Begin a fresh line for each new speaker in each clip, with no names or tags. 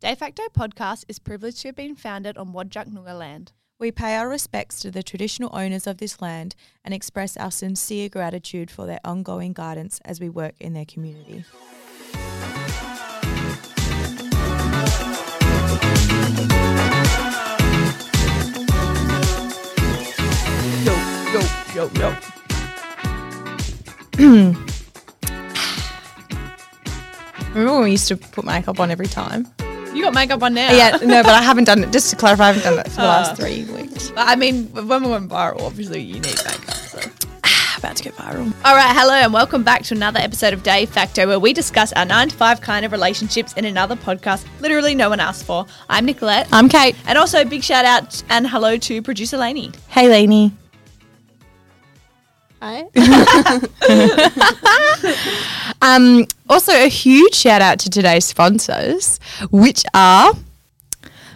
De facto podcast is privileged to have been founded on Wadjuk Noongar land.
We pay our respects to the traditional owners of this land and express our sincere gratitude for their ongoing guidance as we work in their community.
Yo, yo, yo, yo.
Remember when we used to put makeup on every time?
You got makeup on now.
Yeah, no, but I haven't done it. Just to clarify, I haven't done it for the last three weeks.
But I mean, when we went viral, obviously you need makeup. So.
About to go viral.
All right, hello, and welcome back to another episode of Day Facto, where we discuss our nine to five kind of relationships in another podcast literally no one asked for. I'm Nicolette.
I'm Kate.
and also, a big shout out and hello to producer Lainey.
Hey, Lainey.
Hi.
Um, also, a huge shout out to today's sponsors, which are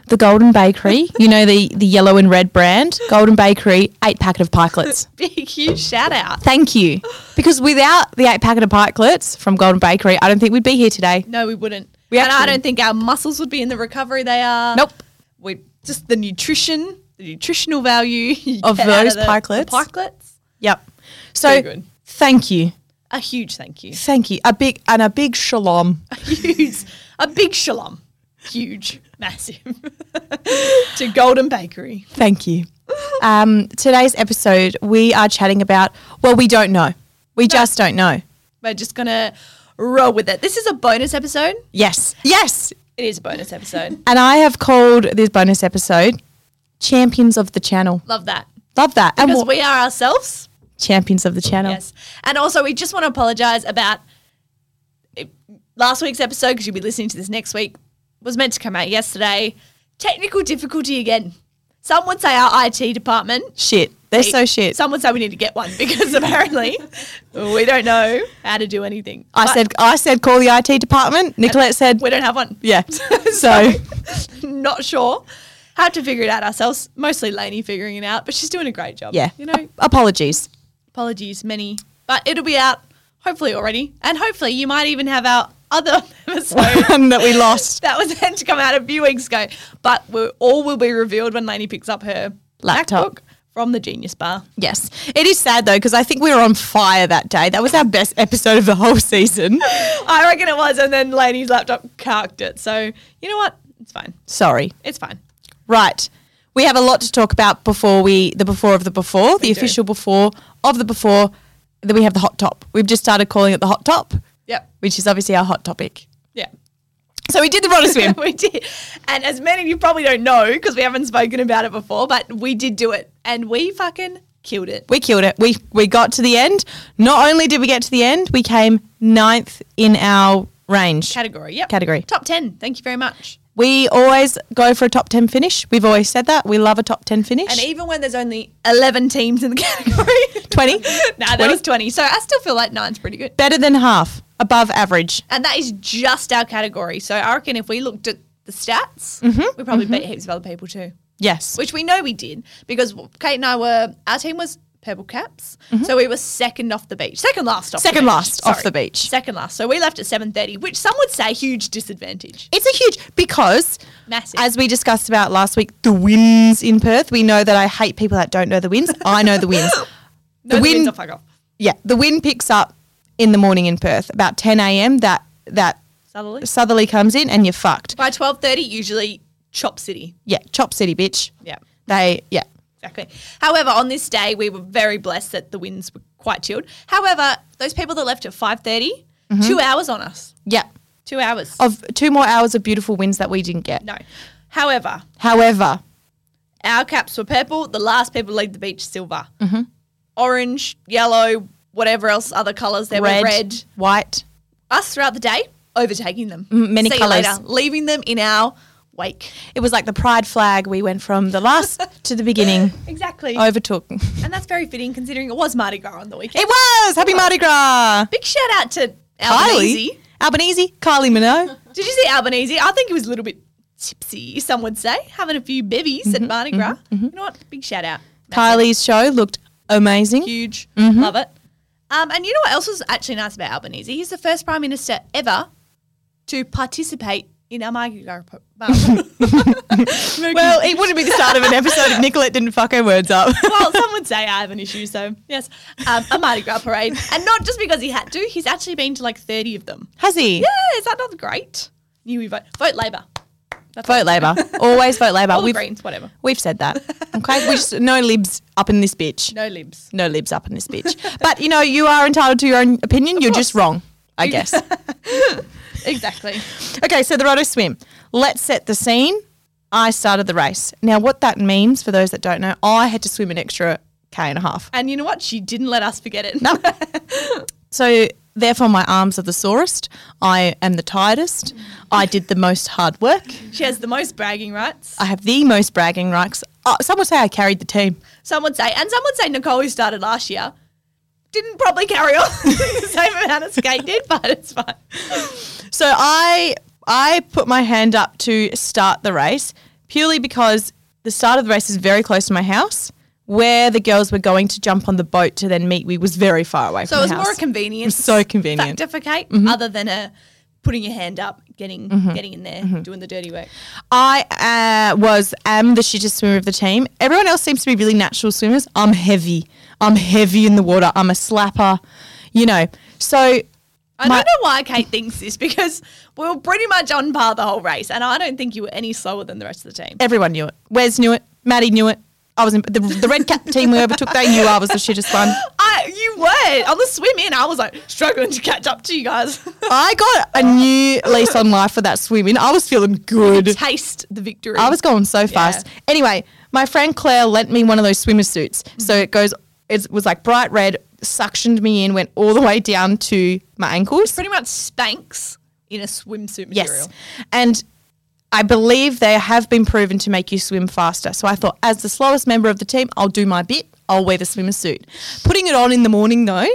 the Golden Bakery. you know the the yellow and red brand, Golden Bakery, eight packet of pikelets.
Big, huge shout out.
Thank you, because without the eight packet of pikelets from Golden Bakery, I don't think we'd be here today.
No, we wouldn't.
We
and I
actually-
don't think our muscles would be in the recovery they are.
Nope.
We just the nutrition, the nutritional value you
Of
get out
those
the- the
pikelets?
pikelets.
Yep. So
Very good.
thank you,
A huge thank you.
thank you. A big and a big shalom.
huge, a big shalom, huge, massive, to Golden Bakery.
Thank you. Um, today's episode, we are chatting about. Well, we don't know. We just don't know.
We're just gonna roll with it. This is a bonus episode.
Yes. Yes.
It is a bonus episode.
And I have called this bonus episode Champions of the Channel.
Love that
Love that. And
because
what-
we are ourselves.
Champions of the Channel.
Yes, and also we just want to apologise about it- last week's episode because you'll be listening to this next week. Was meant to come out yesterday. Technical difficulty again. Some would say our IT department
Shit. They're so shit.
Some would say we need to get one because apparently we don't know how to do anything.
I
But
said I said call the IT department. Nicolette said
we don't have one.
yeah. so
Not sure. Had to figure it out ourselves. Mostly Lainey figuring it out, but she's doing a great job.
yeah.
You know,
apologies.
apologies, many, but it'll be out hopefully already. And hopefully you might even have our other episode
Um, that we lost.
that was meant to come out a few weeks ago. But we're, all will be revealed when Lainey picks up her
Laptop.
MacBook from the Genius Bar.
Yes. It is sad though, because I think we were on fire that day. That was our best episode of the whole season.
I reckon it was, and then Lainey's laptop carked it. So you know what? It's fine.
Sorry.
It's fine.
Right. We have a lot to talk about before we the before of the before, the
do.
official before of the before. Then we have the hot top. We've just started calling it the hot top,
Yep.
which is obviously our hot topic.
Yeah.
So we did the Rhino swim.
we did. And as many of you probably don't know because we haven't spoken about it before, but we did do it and we fucking killed it.
we killed it. We we got to the end. Not only did we get to the end, we came ninth in our range.
Category. Yep.
Category.
Top 10. Thank you very much.
We always go for a top ten finish. We've always said that. We love a top ten finish.
And even when there's only 11 teams in the category,
20?
nah, that was 20. So I still feel like nine's pretty good.
Better than half. Above average.
And that is just our category. So I reckon if we looked at the stats,
Mm-hmm,
we probably beat heaps of other people too.
Yes.
which we know we did because Kate and I were our team was purple caps, so we were second off the beach, second last off,
Mm-hmm. Second
the beach.
last off the beach.
second last. So we left at seven thirty, which some would say huge disadvantage.
It's a huge because
Massive.
as we discussed about last week, the winds in Perth. We know that I hate people that don't know the winds. I know the winds.
No, the
wind-
winds are fuck off.
Yeah, the wind picks up in the morning in Perth about 10 a.m. That that
Southerly.
southerly comes in and you're fucked.
By twelve thirty, usually chop city.
Yeah, chop city, bitch.
Yeah,
They yeah.
exactly. However, on this day, we were very blessed that the winds were quite chilled. However, those people that left at five
Mm-hmm.
two hours on us,
Yeah.
two hours.
Of two more hours of beautiful winds that we didn't get.
No. However,
However,
Our caps were purple. The last people to leave the beach, silver.
Mm-hmm.
Orange, yellow, whatever else other colours there
red,
were. Red.
white.
Us throughout the day, overtaking them.
many
See you
colours.
later. Leaving them in our wake.
It was like the pride flag. We went from the last to the beginning.
Exactly.
Overtook. It
And that's very fitting considering it was Mardi Gras on the weekend.
was happy Mardi Gras.
Big shout out to Albanese.
Kylie. Albanese, Kylie Minogue.
Did you see Albanese? I think he was a little bit tipsy, some would say, having a few bevies at Mardi Gras. You know what? Big shout out.
Kylie's show looked amazing.
huge. Love it. Um, and you know what else was actually nice about Albanese? He's the first Prime Minister ever to participate in our Margot Well,
it wouldn't be the start of an episode if Nicolette didn't fuck her words up.
well, some would say I have an issue, so yes, um, a Mardi Gras parade, and not just because he had to. He's actually been to like thirty of them.
Has he?
Yeah, is that not great? New we vote vote Labor. That's
Vote Labor. Always vote Labor.
All the
we've,
Greens, whatever.
we've said that. Okay. We just, no libs up in this bitch.
No libs.
No libs up in this bitch. But you know, you are entitled to your own opinion. You're just wrong, I guess.
Exactly.
Okay, so the Roto swim. Let's set the scene. I started the race. Now, what that means for those that don't know, I had to swim an extra K and a half.
And you know what? She didn't let us forget it.
No. so, therefore, my arms are the sorest. I am the tiredest. I did the most hard work.
She has the most bragging rights.
I have the most bragging rights. Oh, some would say I carried the team.
Some would say, and some would say Nicole, who started last year, didn't probably carry on the same amount as Kate did, but it's fine.
So I I put my hand up to start the race purely because the start of the race is very close to my house. Where the girls were going to jump on the boat to then meet we was very far away
So it
from
was
the house.
more a convenience.
so convenient.
Factor
Mm-hmm.
for Kate, other than a putting your hand up, getting getting in there,
Mm-hmm.
doing the dirty work.
I uh, was am the shittest swimmer of the team. Everyone else seems to be really natural swimmers. I'm heavy. I'm heavy in the water. I'm a slapper. You know. So
I
My-
don't know why Kate thinks this because we were pretty much on par the whole race, and I don't think you were any slower than the rest of the team.
everyone knew it. Wes knew it. Maddie knew it. I was in the, the red cap team we overtook. They knew I was the shittest one.
I, you were on the swim in. I was like struggling to catch up to you guys.
I got a new lease on life for that swimming. I was feeling good.
Taste the victory.
I was going so fast. Anyway, my friend Claire lent me one of those swimmer suits. So it goes, it was like bright red, suctioned me in, went all the way down to my ankles.
pretty much Spanx in a swimsuit material.
Yes. And I believe they have been proven to make you swim faster. So I thought, as the slowest member of the team, I'll do my bit. I'll wear the swimmer suit. Putting it on in the morning, though,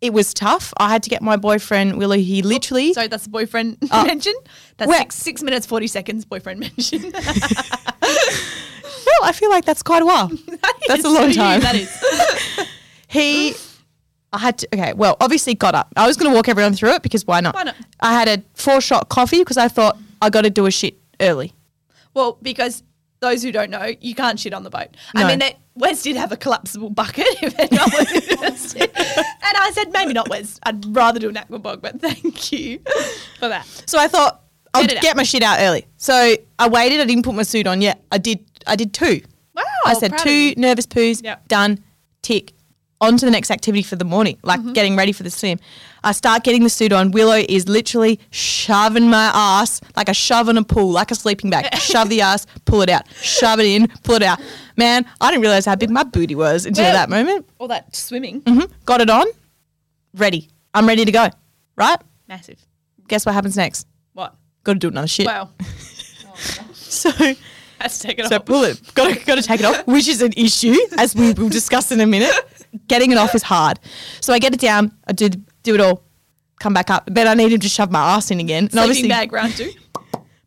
it was tough. I had to get my boyfriend, Willie. He literally.
Sorry, that's the boyfriend
Oh.
mention. That's
Where-
six, six minutes, 40 seconds boyfriend mention.
Well, I feel like that's quite a while. That's a long time.
that is.
He, I had to, okay, well, obviously got up. I was going to walk everyone through it because why not?
Why not?
I had a four shot coffee because I thought I got to do a shit early.
Well, because those who don't know, you can't shit on the boat. I
No.
mean, that Wes did have a collapsible bucket, if anyone was interested. And I said, maybe not Wes. I'd rather do an aquabog, but thank you for that.
So I thought I'll
Get it
get,
out.
my shit out early. So I waited. I didn't put my suit on yet. I did. I did two.
Wow.
I
Oh,
said
proud of
two
you.
nervous poos.
Yep.
Done. Tick. On to the next activity for the morning, like
Mm-hmm.
getting ready for the swim. I start getting the suit on. Willow is literally shoving my ass like a shove in a pool, like a sleeping bag. shove the ass, pull it out. Shove it in, pull it out. Man, I didn't realize how big my booty was until
Well-
that moment.
All that swimming.
Mhm. Got it on. Ready. I'm ready to go. Right?
Massive.
Guess what happens next?
What?
Got to do another shit.
Wow.
So
That's taken
So
off.
pull it. Got to got to take it off, which is an issue as we will discuss in a minute. Getting it off is hard. So I get it down. I do do it all. Come back up. Then I need him to shove my ass in again. And
Sleeping
obviously,
bag round two.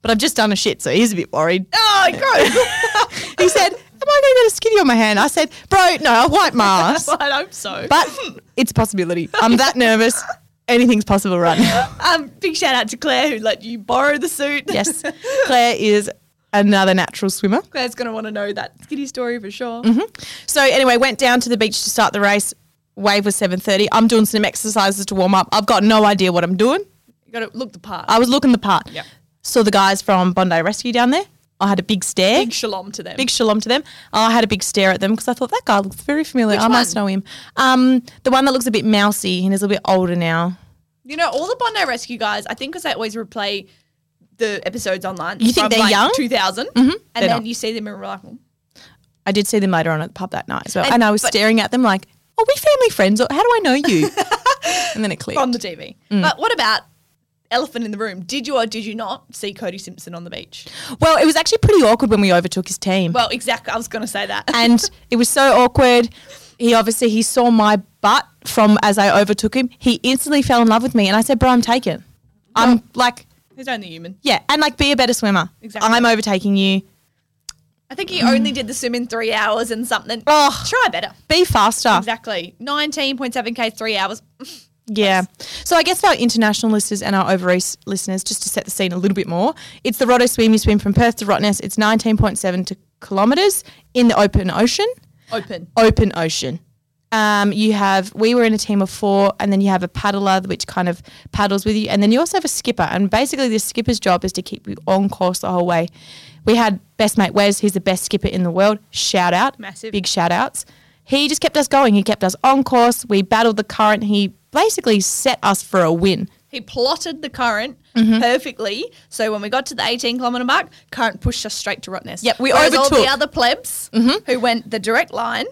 but I've just done a shit, so he's a bit worried.
Oh, gross.
He said, "Am I going to get a skitty on my hand?" I said, "Bro, no, I wipe my ass."
well, I hope so.
But it's a possibility. I'm that nervous. Anything's possible right now.
um, big shout out to Claire who let you borrow the suit.
Yes, Claire is another natural swimmer.
Claire's going to want to know that skitty story for sure.
Mm-hmm. So anyway, went down to the beach to start the race. Wave was seven thirty. I'm doing some exercises to warm up. I've got no idea what I'm doing.
You got to look the part.
I was looking the part.
Yep.
Saw the guys from Bondi Rescue down there. I had a big stare.
big shalom to them.
Big shalom to them. I had a big stare at them because I thought that guy looks very familiar.
Which
I must
one?
know him. Um, the one that looks a bit mousy and is a little bit older now.
You know, all the Bondi Rescue guys, I think because they always replay the episodes online.
You think
from,
they're
like,
young? Mm-hmm.
2000. And
They're
then
not.
you see them in real life. "Mm,
I did see them later on at the pub that night as well,
And-
and, I was
but-
staring at them like, "Are we family friends? Or how do I know you?" and then it clicked.
On the TV.
Mm.
But what about elephant in the room? Did you or did you not see Cody Simpson on the beach?
Well, it was actually pretty awkward when we overtook his team.
Well, exactly. I was going to say that.
and it was so awkward. He obviously he saw my butt from as I overtook him. He instantly fell in love with me, and I said, "Bro, I'm taken. I'm like,
He's only human.
yeah, and like, be a better swimmer.
Exactly.
I'm overtaking you.
I think he only did the swim in three hours and something.
Oh.
Try better.
Be faster.
Exactly. 19.7K, three hours. Mm,
Yeah. So I guess for our international listeners and our overseas listeners, just to set the scene a little bit more, it's the Roto Swim. You swim from Perth to Rottnest. It's 19.7 to kilometres in the open ocean.
Open.
Open ocean. Um, you have, we were in a team of four, and then you have a paddler, which kind of paddles with you. And then you also have a skipper. And basically, the skipper's job is to keep you on course the whole way. We had best mate Wes, who's the best skipper in the world. Shout out.
Massive.
Big shout outs. He just kept us going. He kept us on course. We battled the current. He basically set us for a win.
He plotted the current
Mm-hmm.
perfectly. So when we got to the 18 kilometre mark, current pushed us straight to Rottnest.
Yep, we
Whereas all
overtook. Mm-hmm.
the other plebs who went the direct line,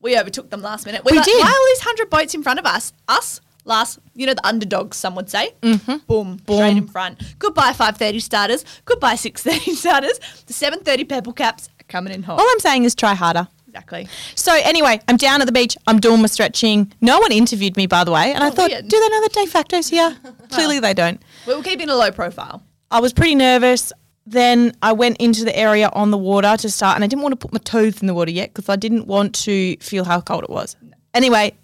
we overtook them last minute.
We
like,
did.
Why all these 100 boats in front of us? Us, last, you know, the underdogs, some would say.
Mm-hmm.
Boom, straight in front. Goodbye 5.30 starters. Goodbye 6.30 starters. The 7.30 purple caps are coming in hot.
All I'm saying is try harder.
Exactly.
So anyway, I'm down at the beach. I'm doing my stretching. No one interviewed me, by the way, and I
Oh,
thought,
weird.
do they know that de facto's here? Clearly, they don't.
We were keeping a low profile.
I was pretty nervous. Then I went into the area on the water to start, and I didn't want to put my toes in the water yet because I didn't want to feel how cold it was. Anyway,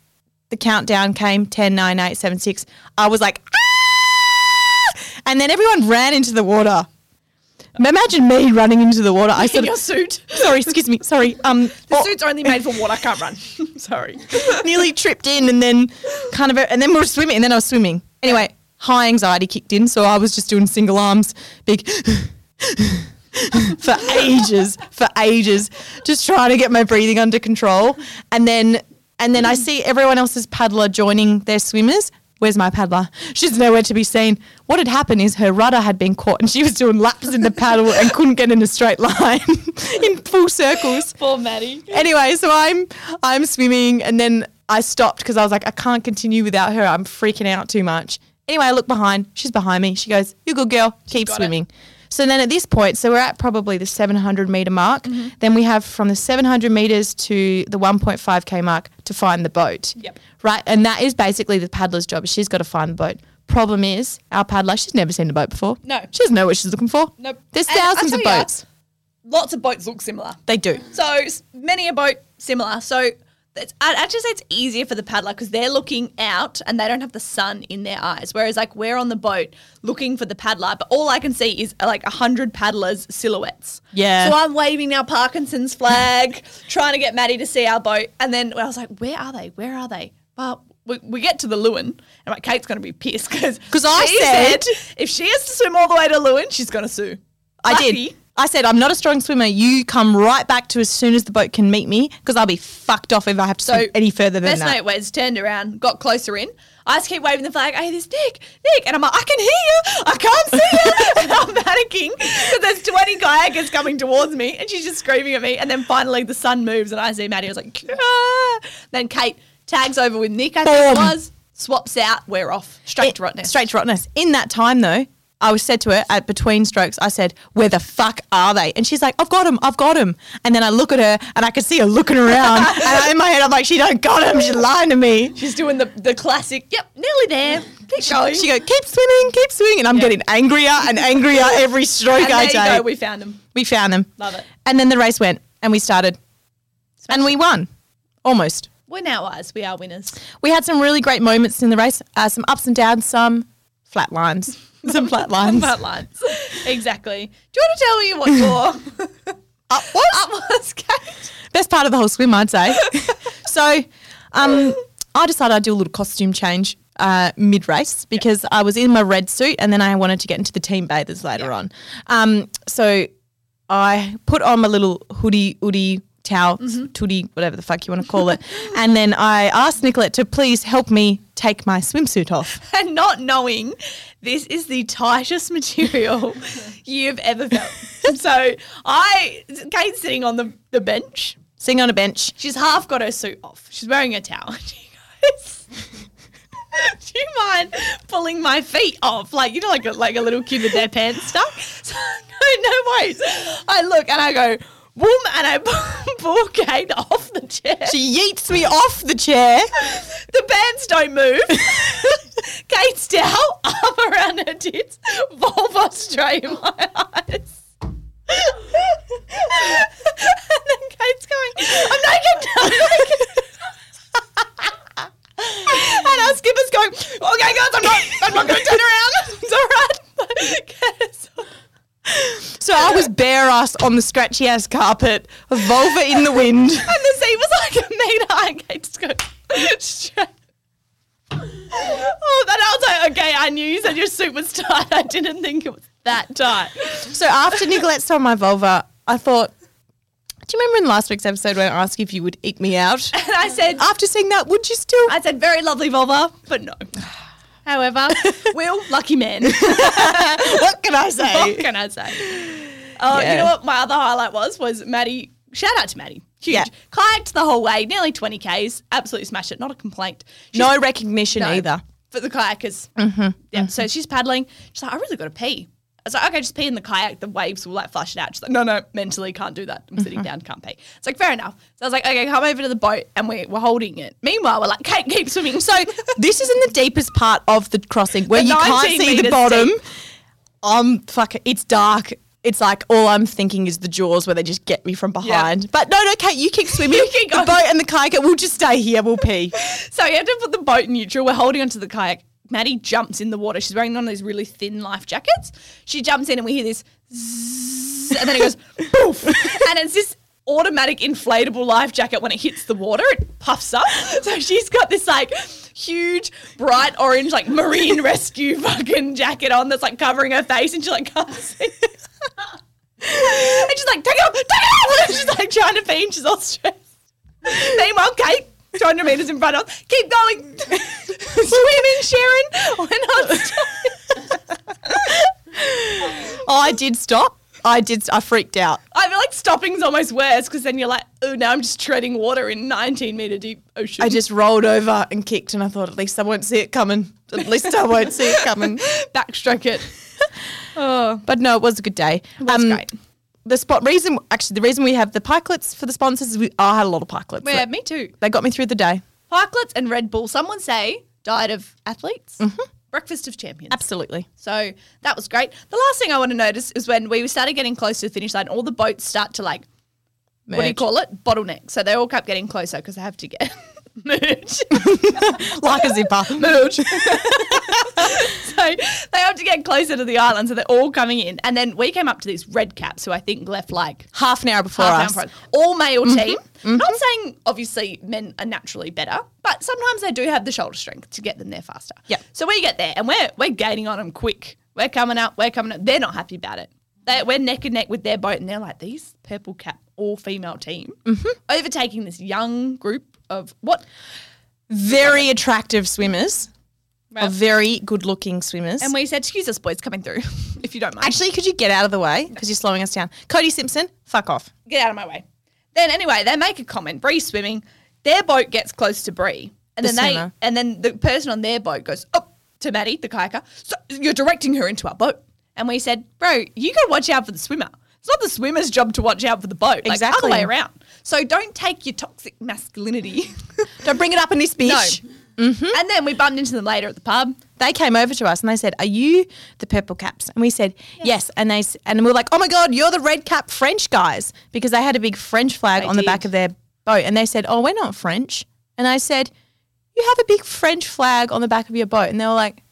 the countdown came 10, 9, 8, 7, 6. I was like, ah! And then everyone ran into the water. Imagine me running into the water. I
In
sort
your
of,
suit.
sorry, excuse me, sorry. Um,
The
oh,
suit's only made for water. I can't run. Sorry.
nearly tripped in and then kind of and then we were swimming and then I was swimming. Anyway, high anxiety kicked in, so I was just doing single arms, big for ages, for ages, just trying to get my breathing under control. And then and then I see everyone else's paddler joining their swimmers. Where's my paddler? She's nowhere to be seen. What had happened is her rudder had been caught and she was doing laps in the paddle and couldn't get in a straight line in full circles
Poor Maddie.
anyway, so I'm I'm swimming and then I stopped because I was like, I can't continue without her. I'm freaking out too much. Anyway, I look behind. She's behind me. She goes, "You good girl. Keep
got it.
swimming." So then at this point, so we're at probably the 700 meter mark.
Mm-hmm.
Then we have from the 700 meters to the 1.5k mark to find the boat.
Yep.
Right, and that is basically the paddler's job. She's got to find the boat. Problem is, our paddler, she's never seen a boat before.
No.
She doesn't know what she's looking for.
Nope.
There's
And I
thousands of
tell ya-
boats.
Lots of boats look similar.
They do.
So s- many a boat similar. So it's, I'd actually say it's easier for the paddler because they're looking out and they don't have the sun in their eyes. Whereas like we're on the boat looking for the paddler, but all I can see is uh, like a hundred paddlers' silhouettes.
Yeah.
So I'm waving our Parkinson's flag, trying to get Maddie to see our boat, and then I was like, "Where are they? Where are they?" Well. We, we get to the Lewin, and I'm like, Kate's going to be pissed because
'Cause I said-
if she has to swim all the way to Lewin, she's going to sue.
I
Lucky.
did. I said, I'm not a strong swimmer. You come right back to as soon as the boat can meet me because I'll be fucked off if I have to swim any further than
best
that.
mate Wes turned around, got closer in. I just keep waving the flag. I hear this Nick, Nick, and I'm like, I can hear you. I can't see you. and I'm panicking because there's 20 kayakers coming towards me, and she's just screaming at me. And then finally, the sun moves, and I see Maddie. I was like, "Ah." then Kate tags over with Nick. I think it
Boom.
was swaps out. We're off straight
It-
to Rottnest.
Straight to rottenness. In that time, though, I was said to her at between strokes, I said, Where the fuck are they? And she's like, I've got him. I've got him. And then I look at her and I can see her looking around. and I- in my head, I'm like, She don't got him. She's lying to me.
She's doing the the classic. Yep, nearly there. Keep going.
She go, Keep swimming, keep swimming. And I'm getting angrier and angrier every stroke
and
I
there you
take.
go. We found them.
we found them.
Love it.
And then the race went and we started. And we won. Almost.
We're now eyes. We are winners.
We had some really great moments in the race, uh, some ups and downs, some flat lines. Some flat lines.
Front lines. exactly. Do you want to tell me what your
Up was-
up was, Kate?
Best part of the whole swim, I'd say. so um, I decided I'd do a little costume change uh, mid race because I was in my red suit and then I wanted to get into the team bathers later on. Um, so I put on my little hoodie, hoodie, towel, tootie, whatever the fuck you want to call it. and then I asked Nicolette to please help me take my swimsuit off.
And not knowing this is the tightest material you've ever felt. So I, Kate's sitting on the, the bench.
Sitting on a bench.
She's half got her suit off. She's wearing a towel. She goes, Do you mind pulling my feet off? Like, you know, like a, like a little kid with their pants stuck? So, no, no, wait. I look and I go, Boom, and I pull- pull Kate off the chair.
She yeets me off the chair.
the bands don't move. Kate's towel, arm around her tits, vulva straight in my eyes. and then Kate's going, I'm naked, I'm naked. and our skipper's going,
I was bare ass on the scratchy ass carpet, a vulva in the wind.
And the sea was like a meter high. Okay, just go straight. Oh, then I was like, okay, I knew you said your suit was tight. I didn't think it was that tight.
So after Nicolette saw my vulva, I thought, do you remember in last week's episode when I asked you if you would eat me out?
And I said,
After seeing that, would you still?
I said, very lovely vulva, but no. However, Will, lucky man.
what can I
what
say?
can I say? Oh,
Yeah.
you know what? My other highlight was was Maddie. Shout out to Maddie. Huge.
Yeah.
Kayaked the whole way, nearly twenty k's. Absolutely smashed it. Not a complaint. She's-
No recognition
no,
either.
for the kayakers. Yeah. So she's paddling. She's like, I really got to pee. I was like, okay, just pee in the kayak. The waves will like flush it out. She's like, no, no, mentally can't do that. I'm sitting down, can't pee. It's like fair enough. So I was like, okay, come over to the boat, and we we're holding it. Meanwhile, we're like, Kate, keep swimming. So
This is in the deepest part of the crossing where
The
you can't
19
see the
metres
bottom.
deep.
I'm fuck. It's dark. It's like all I'm thinking is the jaws where they just get me from behind. But no, no, Kate, you keep swimming.
You keep
the
going.
boat and the kayak. We'll just stay here. We'll pee.
So you have to put the boat neutral. We're holding onto the kayak. Maddie jumps in the water. She's wearing one of those really thin life jackets. She jumps in and we hear this zzz, and then it goes poof. And it's this automatic inflatable life jacket. When it hits the water, it puffs up. So she's got this like huge, bright orange, like marine rescue fucking jacket on that's like covering her face and she like can't see. and she's like, take it off, take it off! And she's like trying to pee and she's all stressed. Meanwhile, Kate, 200 metres in front of us, keep going. Swim in, Sharon. We're not stopping.
I did stop. I did. I freaked out.
I feel like stopping's almost worse because then you're like, oh, now I'm just treading water in 19 metre deep ocean.
I just rolled over and kicked, and I thought, at least I won't see it coming. At least I won't see it coming.
backstroke it. oh,
But no, it was a good day. Um,
that's great.
The spot reason, actually, the reason we have the pikelets for the sponsors is we I had a lot of pikelets.
Yeah, me too.
They got me through the day.
Parklets and Red Bull, someone say, died of athletes. Breakfast of champions.
Absolutely.
So that was great. The last thing I want to notice is when we started getting close to the finish line, all the boats start to like what do you call it? Bottleneck. So they all kept getting closer because they have to get merge.
Like a zipper.
merge. so they have to get closer to the island, so they're all coming in. And then we came up to these red caps, who I think left like
Half an hour before
half an hour
us. Mm-hmm.
for us. all male team. Not saying obviously men are naturally better, but sometimes they do have the shoulder strength to get them there faster.
Yeah.
So we get there and we're we're gaining on them quick. We're coming up. We're coming up. They're not happy about it. They, we're neck and neck with their boat, and they're like these purple cap all female team
Mm-hmm.
overtaking this young group of what
Very attractive swimmers.
Right.
Are very good looking swimmers.
And we said, excuse us, boys, coming through, if you don't mind.
actually, could you get out of the way? Because you're slowing us down. Cody Simpson, fuck off.
Get out of my way. Then anyway, they make a comment. Bree's swimming. Their boat gets close to Bree. And
The
then they
swimmer.
and then the person on their boat goes, up to Maddie, the kayaker. So you're directing her into our boat. And we said, Bro, you gotta watch out for the swimmer. It's not the swimmer's job to watch out for the boat. Like
Exactly.
other way around. So don't take your toxic masculinity.
Don't bring it up in this bitch. Mm-hmm.
And then we bumped into them later at the pub.
they came over to us and they said, "Are you the purple caps?" And we said, "Yes." And they s- and we were like, "Oh my god, you're the red cap French guys!" Because they had a big French flag
They
on the back
did.
of their boat, and they said, "Oh, we're not French." And I said, "You have a big French flag on the back of your boat," and they were like,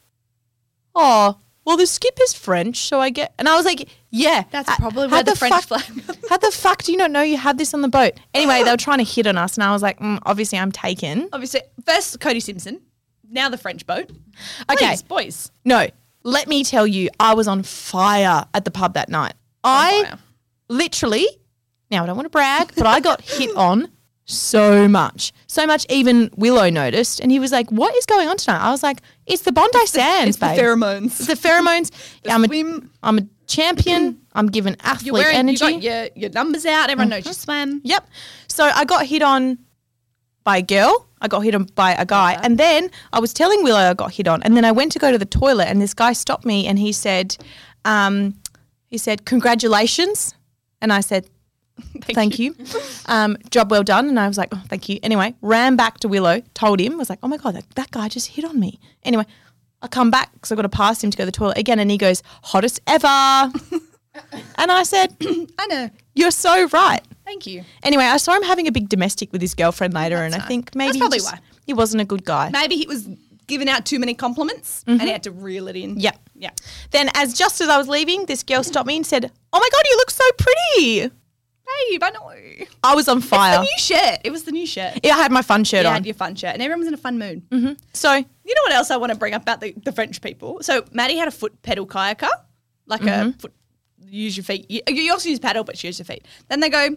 "Oh." Well, the skip is French, so I get. And I was like, "Yeah,
That's
ha-
probably
how
where the French
fuck-
flag-
how the fuck do you not know you had this on the boat?" Anyway, they were trying to hit on us, and I was like, mm, "Obviously, I'm taken."
Obviously, first Cody Simpson, now the French boat.
Okay.
Please, boys.
No, let me tell you, I was on fire at the pub that night. I
fire.
literally, now I don't want to brag, but I got hit on so much. So much, even Willow noticed. And he was like, What is going on tonight? I was like, It's the Bondi Sands,
It's the
babe.
pheromones.
it's the pheromones. I'm, a,
swim.
I'm a champion. I'm given athlete
You're wearing
energy. Mm-hmm.
you got your, your numbers out, everyone knows you swam.
Yep. So I got hit on by a girl. I got hit on by a guy. And then I was telling Willow I got hit on. And then I went to go to the toilet and this guy stopped me and he said, um, he said, congratulations. And I said, thank, you. Um, job well done. And I was like, oh, thank you. Anyway, ran back to Willow, told him, was like, oh my God, that, that guy just hit on me. Anyway, I come back because I've got to pass him to go to the toilet again. And he goes, hottest ever. and I said,
I know.
you're so right.
Thank you.
Anyway, I saw him having a big domestic with his girlfriend later, and I think maybe he,
probably
just-
why.
he wasn't a good guy. Mm-hmm.
Maybe he was giving out too many compliments and he had to reel it in.
Yep.
Yeah.
Then, as just as I was leaving, this girl stopped me and said, "Oh my god, you look so pretty!"
Babe, I know. It's
I was on
the
fire.
new shirt. It was the new shirt.
yeah, I had my fun shirt
You
on. Mm-hmm.
had your fun shirt, and everyone was in a fun mood.
So
You know what else I want to bring up about the, the French people? So Maddie had a foot pedal kayaker, like
Mm-hmm.
a foot, use your feet. You, you also use paddle, but she used her feet. Then they go,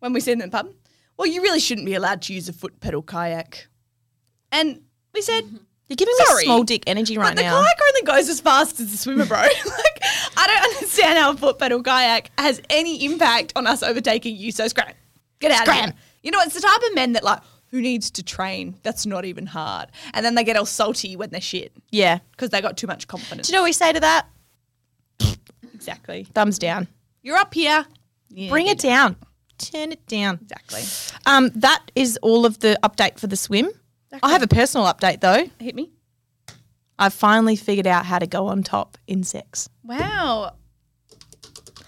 when we see them in the pub, well, you really shouldn't be allowed to use a foot pedal kayak. And we said,
you're giving
Sorry.
me small dick energy right
but the
now.
kayak only goes as fast as the swimmer, bro. like, I don't understand how a foot pedal kayak has any impact on us overtaking you. So scram, get out of
Scram.
here. You know, it's the type of men that like who needs to train. That's not even hard. And then they get all salty when they're shit
yeah.
because they got too much confidence.
Do you know what we say to that?
exactly.
Thumbs down.
You're up here. Yeah,
Bring
you
it down. Turn it down.
do. Exactly.
Um, that is all of the update for the swim. I have a personal update though.
Hit me.
I've finally figured out how to go on top in sex.
Wow.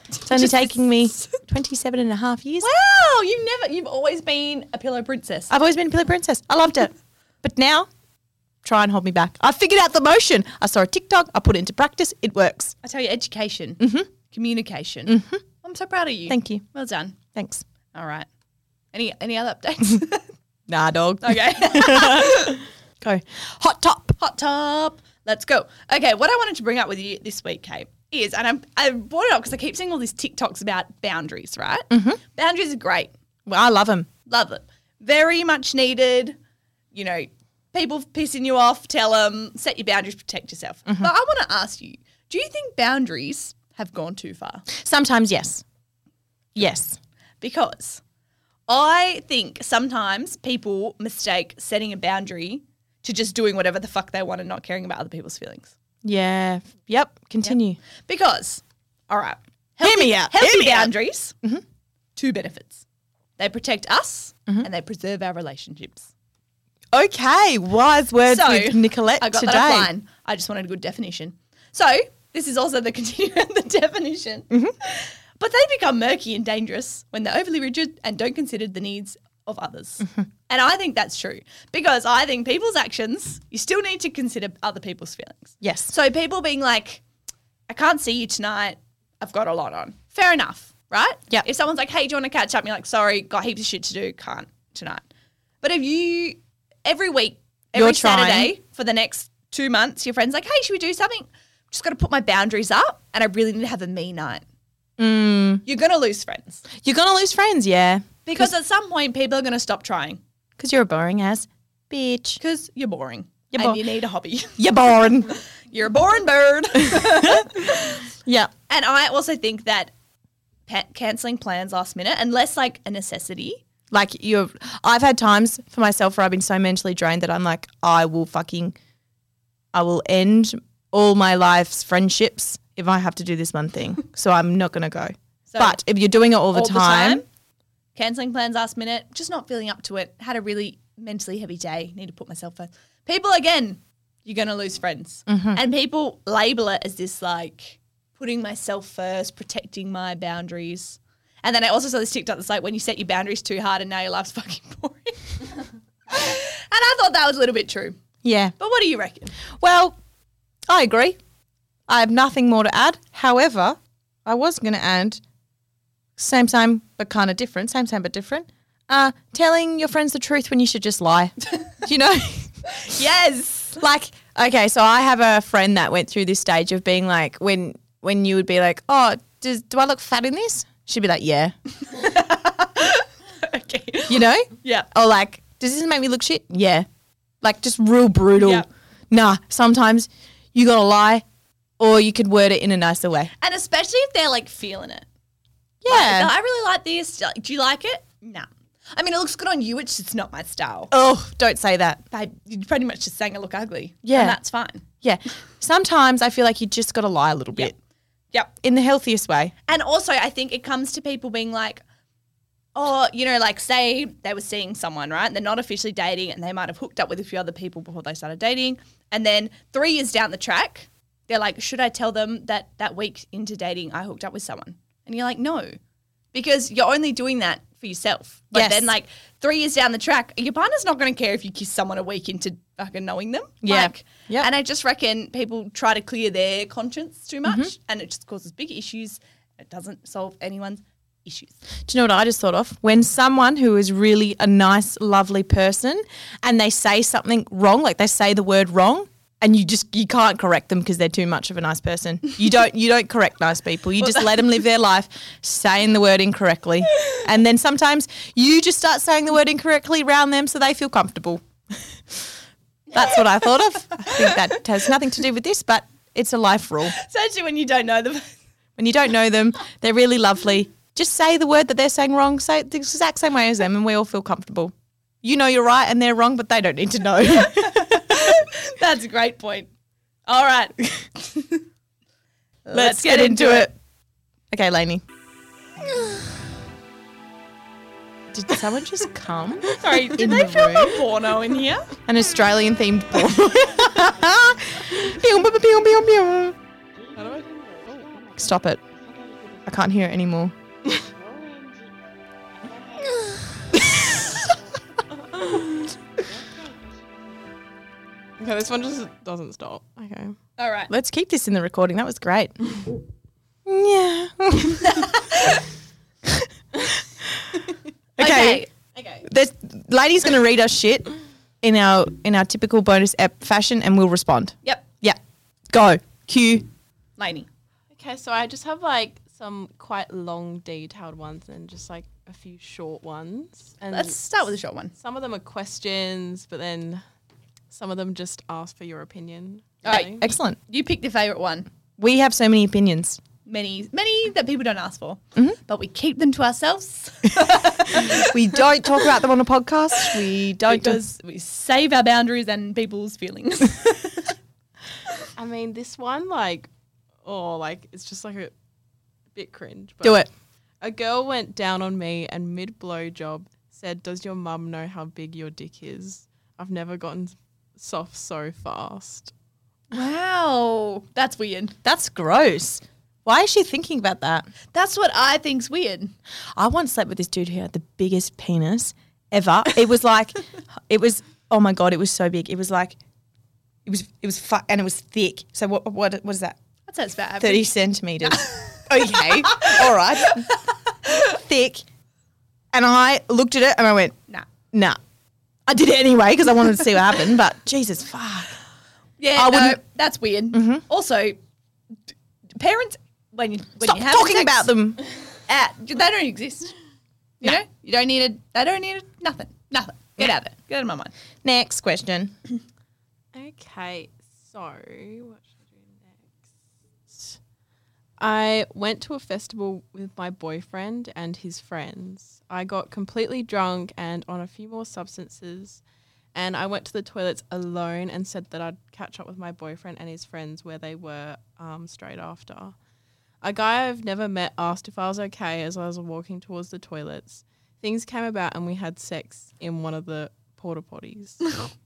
It's only taking me 27 and a half years.
Wow. You've never. You've always been a pillow princess.
I've always been a pillow princess. I loved it. But now, try and hold me back. I figured out the motion. I saw a TikTok. I put it into practice. It works.
I tell you, education, communication. I'm so proud of you.
Mm-hmm. Thank you.
Well done.
Thanks.
All right. Any any other updates?
Nah, dog.
okay.
Go. Hot top.
Hot top. Let's go. Okay. What I wanted to bring up with you this week, Kate, is, and I'm, I brought it up because I keep seeing all these TikToks about boundaries, right? Boundaries are great.
Well, I love them.
Love them. Very much needed. You know, people pissing you off, tell them, set your boundaries, protect yourself. But I want to ask you do you think boundaries have gone too far?
Sometimes, yes. Yes.
because I think sometimes people mistake setting a boundary to just doing whatever the fuck they want and not caring about other people's feelings.
Yeah. Yep. Continue.
Because, all right,
Hear me out. Hear
healthy
me out. Mm-hmm.
boundaries, two benefits. They protect us and they preserve our relationships.
Okay. Wise words with Nicolette
I got
today.
that offline. I just wanted a good definition. So this is also the continuing the definition.
Mm-hmm.
But they become murky and dangerous when they're overly rigid and don't consider the needs of others.
Mm-hmm.
And I think that's true because I think people's actions, you still need to consider other people's feelings.
Yes.
So people being like, I can't see you tonight. I've got a lot on. Fair enough, right?
Yeah.
If someone's like, hey, do you want to catch up? You're like, sorry, got heaps of shit to do. Can't tonight. But if you, every week, every
You're trying.
Saturday for the next two months, your friend's like, hey, should we do something? Just got to put my boundaries up and I really need to have a me night. You're going to lose friends
Mm. You're going to lose friends. Yeah.
because at some point people are going to stop trying
Because you're a boring ass bitch.
because you're boring.
You're
and
bo-
you need a hobby.
You're boring.
You're a boring bird.
yeah.
And I also think that pa- canceling plans last minute, unless like a necessity,
Like you're, I've had times for myself where I've been so mentally drained that I'm like, I will fucking, I will end all my life's friendships if I have to do this one thing. so I'm not gonna go.
So-
but if you're doing it all the,
all
time,
the time, canceling plans last minute, just not feeling up to it, had a really mentally heavy day, need to put myself first. People, again, you're going to lose friends.
Mm-hmm.
And people label it as this like putting myself first, protecting my boundaries. And then I also saw this TikTok that's like when you set your boundaries too hard and now your life's fucking boring. and I thought that was a little bit true.
yeah.
But what do you reckon?
Well, I agree. I have nothing more to add. However, I was gonna add, same time but kind of different. Same time but different. Uh, telling your friends the truth when you should just lie. you know.
Yes.
like okay so i have a friend that went through this stage of being like when when you would be like oh does, do i look fat in this she'd be like yeah
okay.
you know
Yeah.
or like does this make me look shit yeah like just real brutal
Yeah.
nah sometimes you gotta lie or you could word it in a nicer way
And especially if they're like feeling it.
yeah
Like, "Oh, I really like this. Like, Do you like it? Nah. I mean, it looks good on you. It's just not my style.
oh don't say that
Babe, you pretty much just saying I look ugly.
Yeah.
And that's fine.
yeah sometimes i feel like you just gotta lie a little bit
Yep.
in the healthiest way
And also, I think it comes to people being like, oh, you know, like say they were seeing someone, right? And they're not officially dating and they might have hooked up with a few other people before they started dating. And then three years down the track, they're like, should I tell them that that week into dating I hooked up with someone? And you're like, no, because you're only doing that for yourself. But
Yes.
then, like, three years down the track, your partner's not going to care if you kiss someone a week into fucking knowing them.
Yeah.
Like,
Yep.
And I just reckon people try to clear their conscience too
Mm-hmm.
much and it just causes big issues. It doesn't solve anyone's issues.
Do you know what I just thought of? When someone who is really a nice, lovely person and they say something wrong, like they say the word wrong, and you just you can't correct them because they're too much of a nice person. You don't you don't correct nice people. You just let them live their life saying the word incorrectly. And then sometimes you just start saying the word incorrectly around them so they feel comfortable. That's what I thought of. I think that has nothing to do with this, but it's a life rule.
Especially when you don't know them.
When you don't know them, they're really lovely. Just say the word that they're saying wrong, say it the exact same way as them, and we all feel comfortable. You know you're right and they're wrong, but they don't need to know.
That's a great point. All right.
Let's get into it. Okay, Lainey. Did someone just come?
Sorry, did
In
they
the
film a
room.
porno in here?
An Australian themed porn. Stop it. I can't hear it anymore.
Okay, this one just doesn't stop. Okay.
All right.
Let's keep this in the recording. That was great. yeah. okay.
Okay.
This lady's gonna read us shit in our in our typical bonus app fashion, and we'll respond.
Yep.
Yeah. Go. Q.
Laney.
Okay, so I just have like some quite long, detailed ones and just like a few short ones. And
Let's start with a short one.
some of them are questions, but then some of them just ask for your opinion.
All right.
really.
Excellent.
You picked your favourite one.
We have so many opinions.
Many, many that people don't ask for,
Mm-hmm.
but we keep them to ourselves
We don't talk about them on a podcast. We don't.
because we save our boundaries and people's feelings.
I mean, this one, like, oh, like, it's just like a bit cringe. But
do it.
A girl went down on me and mid blow job said, Does your mum know how big your dick is? I've never gotten soft so fast.
wow, that's weird.
That's gross. Why is she thinking about that?
That's what I think's weird.
I once slept with this dude who had the biggest penis ever. It was like, it was oh my god, it was so big. It was like, it was it was fu- and it was thick. So what what was that?
That sounds bad.
Thirty centimeters. okay, all right, thick. And I looked at it and I went,
Nah.
nah. I did it anyway because I wanted to see what happened. But Jesus, fuck.
Yeah,
I
no,
wouldn't-
that's weird.
Mm-hmm.
Also, d- parents when you when
Stop
you have
talking
sex,
about them.
at- they don't exist. You know, you don't need it. They don't need a, nothing. Nothing. Get out of it. Get out of my mind.
Next question.
Okay, so what should I do next? I went to a festival with my boyfriend and his friends. I got completely drunk and on a few more substances, and I went to the toilets alone and said that I'd catch up with my boyfriend and his friends where they were um, straight after. A guy I've never met asked if I was okay as I was walking towards the toilets. Things came about and we had sex in one of the porta potties.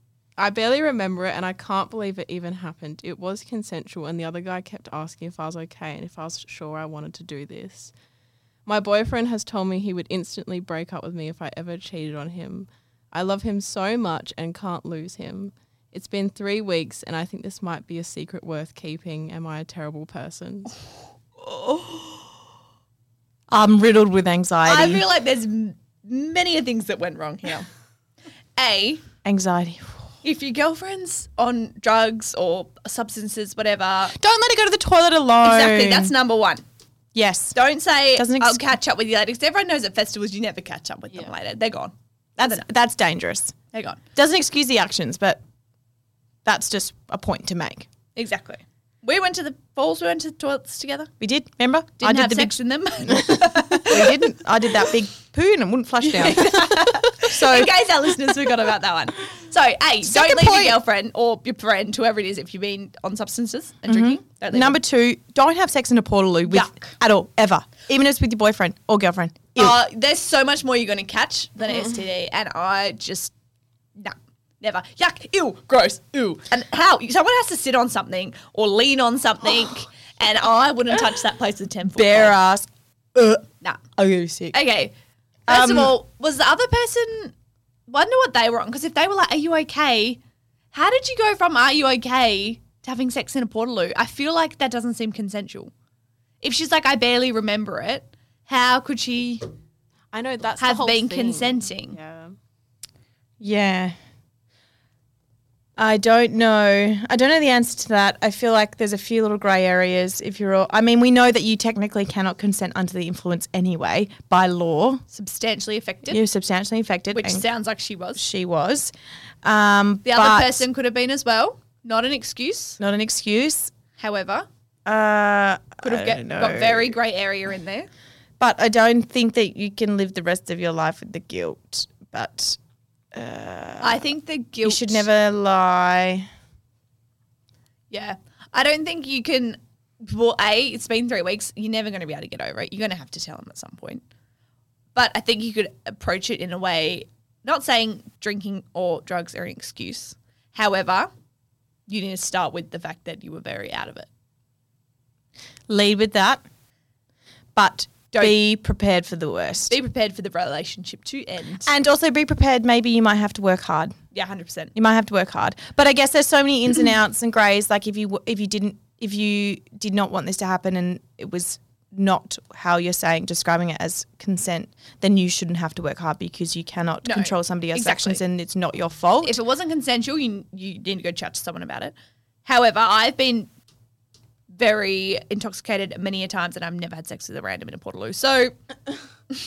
I barely remember it and I can't believe it even happened. It was consensual and the other guy kept asking if I was okay and if I was sure I wanted to do this. My boyfriend has told me he would instantly break up with me if I ever cheated on him. I love him so much and can't lose him. It's been three weeks and I think this might be a secret worth keeping. Am I a terrible person?
I'm riddled with anxiety.
I feel like there's m- many of things that went wrong here. a,
anxiety.
if your girlfriend's on drugs or substances, whatever,
Don't let it go to the toilet alone.
exactly, that's number one.
yes.
Don't say
Doesn't ex-
I'll catch up with you later. Because everyone knows at festivals you never catch up with them
Yeah.
later. They're gone.
That's that's dangerous.
They're gone.
Doesn't excuse the actions, but that's just a point to make.
Exactly. We went to the falls. We went to the toilets together.
We did, remember?
Didn't
I did
have
the
sex in them.
big. We didn't. I did that big poo and it wouldn't flush down.
in case our listeners forgot about that one. So, A,
Second
don't leave
point-
your girlfriend or your friend, whoever it is, if you've been on substances and drinking. Don't leave
Mm-hmm. Number
them.
two, don't have sex in a portaloo with
Yuck.
at all ever, even if it's with your boyfriend or girlfriend. Ew. Mm-hmm.
Uh, there's so much more you're going to catch than an STD, and I just, nah, never. Yuck, ew, gross, ew. And how? Someone has to sit on something or lean on something, and I wouldn't touch that place with 10 foot. pole.
Bare ass. Ugh.
Nah.
I'll get sick.
Okay. First of
Um,
all, was the other person, wonder what they were on? Because if they were like, are you okay? How did you go from "Are you okay" to having sex in a portaloo? I feel like that doesn't seem consensual. If she's like, "I barely remember it," how could she
I know that's the
have
whole
been
thing.
consenting?
Yeah.
Yeah. I don't know. I don't know the answer to that. I feel like there's a few little grey areas. If you're all, I mean, we know that you technically cannot consent under the influence anyway by law.
Substantially affected,
You're substantially affected,
which
and
sounds like she was.
she was. Um,
The other
but
person could have been as well. Not an excuse,
not an excuse.
however,
Uh,
could have
I
get,
don't know.
got very grey area in there.
But I don't think that you can live the rest of your life with the guilt. But
Uh,
I think the guilt.
you should never lie.
Yeah. I don't think you can. Well, A, it's been three weeks. You're never going to be able to get over it. You're going to have to tell him at some point. But I think you could approach it in a way, not saying drinking or drugs are an excuse. However, you need to start with the fact that you were very out of it.
Lead with that, but
Don't-
be prepared for the worst.
Be prepared for the relationship to end.
And also be prepared. Maybe you might have to work hard.
yeah, 100%.
You might have to work hard. But I guess there's so many ins and outs and greys. Like if you w- if you didn't if you did not want this to happen and it was not how you're saying describing it as consent, then you shouldn't have to work hard because you cannot
No,
control somebody else's
exactly.
actions and it's not your fault.
If it wasn't consensual, you, you need to go chat to someone about it. However, I've been very intoxicated many a times and I've never had sex with a random in a Portaloo. So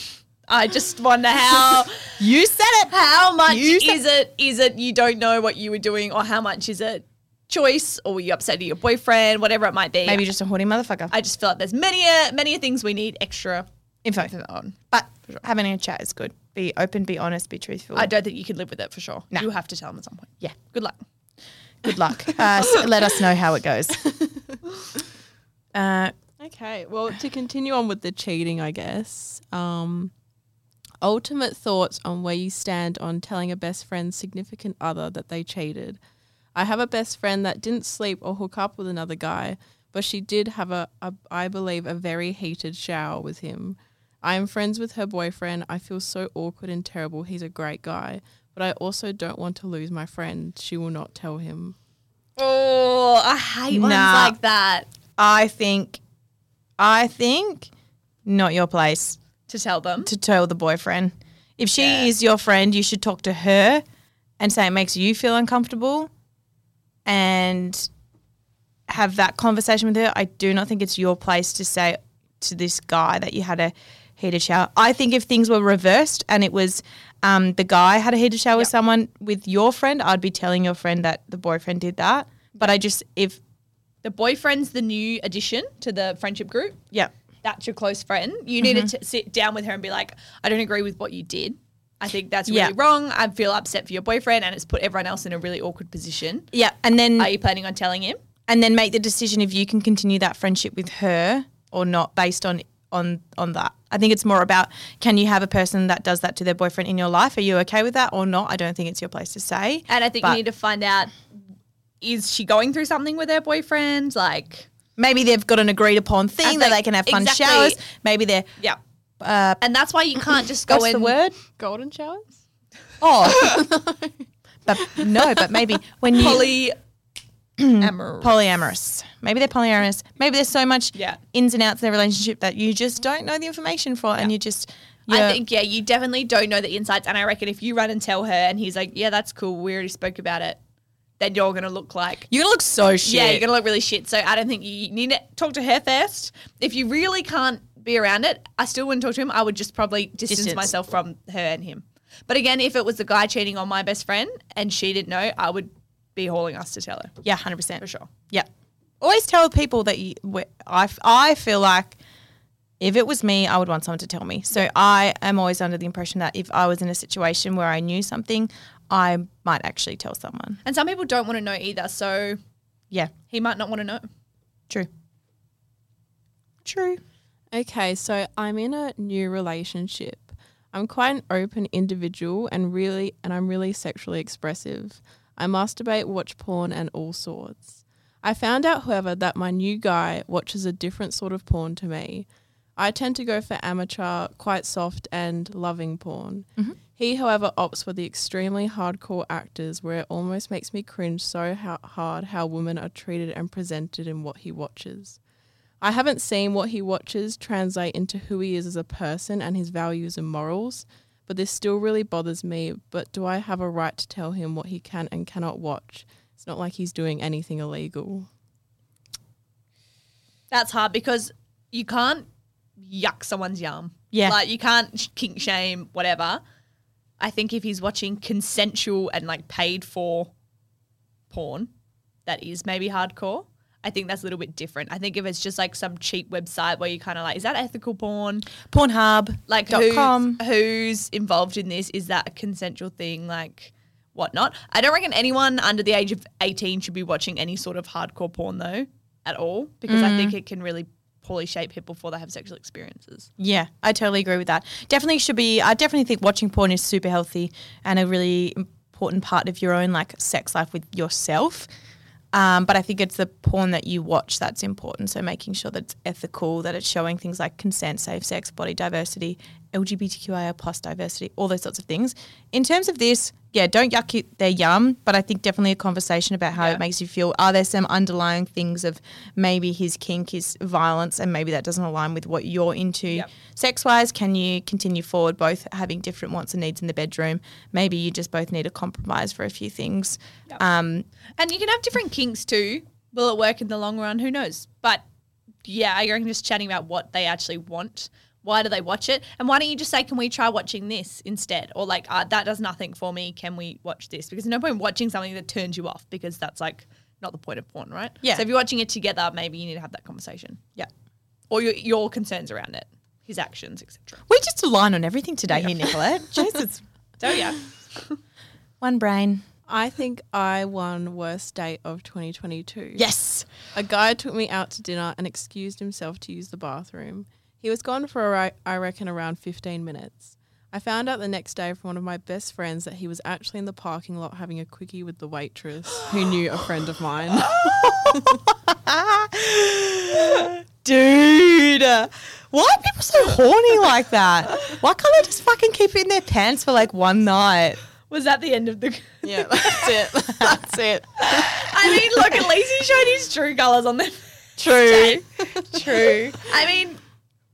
I just wonder how
you said it.
how much
You said-
is it is it you don't know what you were doing or how much is it choice or were you upset at your boyfriend, whatever it might be.
Maybe you're just a horny motherfucker.
I just feel like there's many a many a things we need extra
Info.
info on.
But having a chat is good. Be open, be honest, be truthful.
I don't think you can live with it for sure. You have to tell them at some point.
Yeah.
Good luck.
Good luck. Uh, s- let us know how it goes. Uh,
Okay. Well, to continue on with the cheating, I guess. Um, ultimate thoughts on where you stand on telling a best friend's significant other that they cheated. I have a best friend that didn't sleep or hook up with another guy, but she did have a, a I believe, a very heated shower with him. I am friends with her boyfriend. I feel so awkward and terrible. He's a great guy, but I also don't want to lose my friend. She will not tell him.
Oh, I hate ones
Nah.
like that.
I think, I think, not your place
To tell them.
to tell the boyfriend. If she is your friend, you should talk to her and say it makes you feel uncomfortable, and have that conversation with her. I do not think it's your place to say to this guy that you had a heated shower. I think if things were reversed and it was um, the guy had a heated shower with someone with your friend, I'd be telling your friend that the boyfriend did that. But I just if
The boyfriend's the new addition to the friendship group.
yeah.
That's your close friend. You need
Mm-hmm.
to t- sit down with her and be like, I don't agree with what you did. I think that's really
Yeah.
wrong. I feel upset for your boyfriend and it's put everyone else in a really awkward position.
Yeah, and then
Are you planning on telling him?
and then make the decision if you can continue that friendship with her or not based on on on that. I think it's more about can you have a person that does that to their boyfriend in your life? Are you okay with that or not? I don't think it's your place to say.
And I think you
But-
need to find out is she going through something with her boyfriend? Like,
Maybe they've got an agreed upon thing
I
that they
think-
can have fun
exactly.
showers. Maybe they're
yeah.
uh,
And that's why you can't just go in.
what's the word?
Golden showers?
Oh, but no, but maybe when you
Poly. amorous.
polyamorous. Maybe they're polyamorous. Maybe there's so much
Yeah.
ins and outs in their relationship that you just don't know the information for, and you just.
I
you're-
think yeah, you definitely don't know the insights, and I reckon if you run and tell her, and he's like, "Yeah, that's cool. We already spoke about it," then you're gonna look like
You're gonna look so shit.
yeah, you're gonna look really shit. So I don't think you need to talk to her first. If you really can't be around it, I still wouldn't talk to him. I would just probably distance,
Distance.
myself from her and him. But again, if it was the guy cheating on my best friend and she didn't know, I would be hauling us to tell her
yeah, hundred percent
for sure.
Yeah, always tell people that you. wh- I f- I feel like if it was me, I would want someone to tell me. So I am always under the impression that if I was in a situation where I knew something, I might actually tell someone.
And some people don't want to know either, so
Yeah,
he might not want to know.
true. True.
Okay, so I'm in a new relationship. I'm quite an open individual and really and I'm really sexually expressive. I masturbate, watch porn and all sorts. I found out however that my new guy watches a different sort of porn to me. I tend to go for amateur, quite soft and loving porn. He, however, opts for the extremely hardcore actors where it almost makes me cringe so how hard how women are treated and presented in what he watches. I haven't seen what he watches translate into who he is as a person and his values and morals, but this still really bothers me. But do I have a right to tell him what he can and cannot watch? It's not like he's doing anything illegal.
That's hard because you can't yuck someone's yum.
Yeah.
Like you can't sh- kink shame, whatever. I think if he's watching consensual and like paid for porn, that is maybe hardcore. I think that's a little bit different. I think if it's just like some cheap website where you kind of like, is that ethical porn?
Pornhub.
Like
Dot
who's,
com.
who's involved in this? Is that a consensual thing? Like whatnot? I don't reckon anyone under the age of 18 should be watching any sort of hardcore porn though at all because I think it can really poorly shape people before they have sexual experiences.
Yeah, I totally agree with that. Definitely should be. I definitely think watching porn is super healthy and a really important part of your own like sex life with yourself. Um, but I think it's the porn that you watch that's important. So making sure that it's ethical, that it's showing things like consent, safe sex, body diversity, LGBTQIA plus diversity, all those sorts of things. In terms of this, yeah, don't yuck it, their yum. But I think definitely a conversation about how it makes you feel. Are there some underlying things of maybe his kink is violence, and maybe that doesn't align with what you're into sex wise? Can you continue forward, both having different wants and needs in the bedroom? Maybe you just both need a compromise for a few things. Um,
And you can have different kinks too. Will it work in the long run? Who knows? But yeah, I reckon just chatting about what they actually want. Why do they watch it? And why don't you just say, can we try watching this instead? Or like, uh, that does nothing for me. Can we watch this? Because there's no point watching something that turns you off because that's like not the point of porn, right?
Yeah.
So if you're watching it together, maybe you need to have that conversation
yeah.
or your, your concerns around it, his actions, etc.
We're just aligned on everything today here, Nicolette. Jesus.
So yeah,
One brain.
I think I won worst date of 2022.
Yes.
A guy took me out to dinner and excused himself to use the bathroom. He was gone for, a ri- I reckon, around 15 minutes. I found out the next day from one of my best friends that he was actually in the parking lot having a quickie with the waitress who knew a friend of mine.
Dude, why are people so horny like that? Why can't they just fucking keep it in their pants for like one night?
was that the end of the?
yeah, that's it. That's it.
I mean, look, at least he showed his true colors on there.
True.
True. I mean,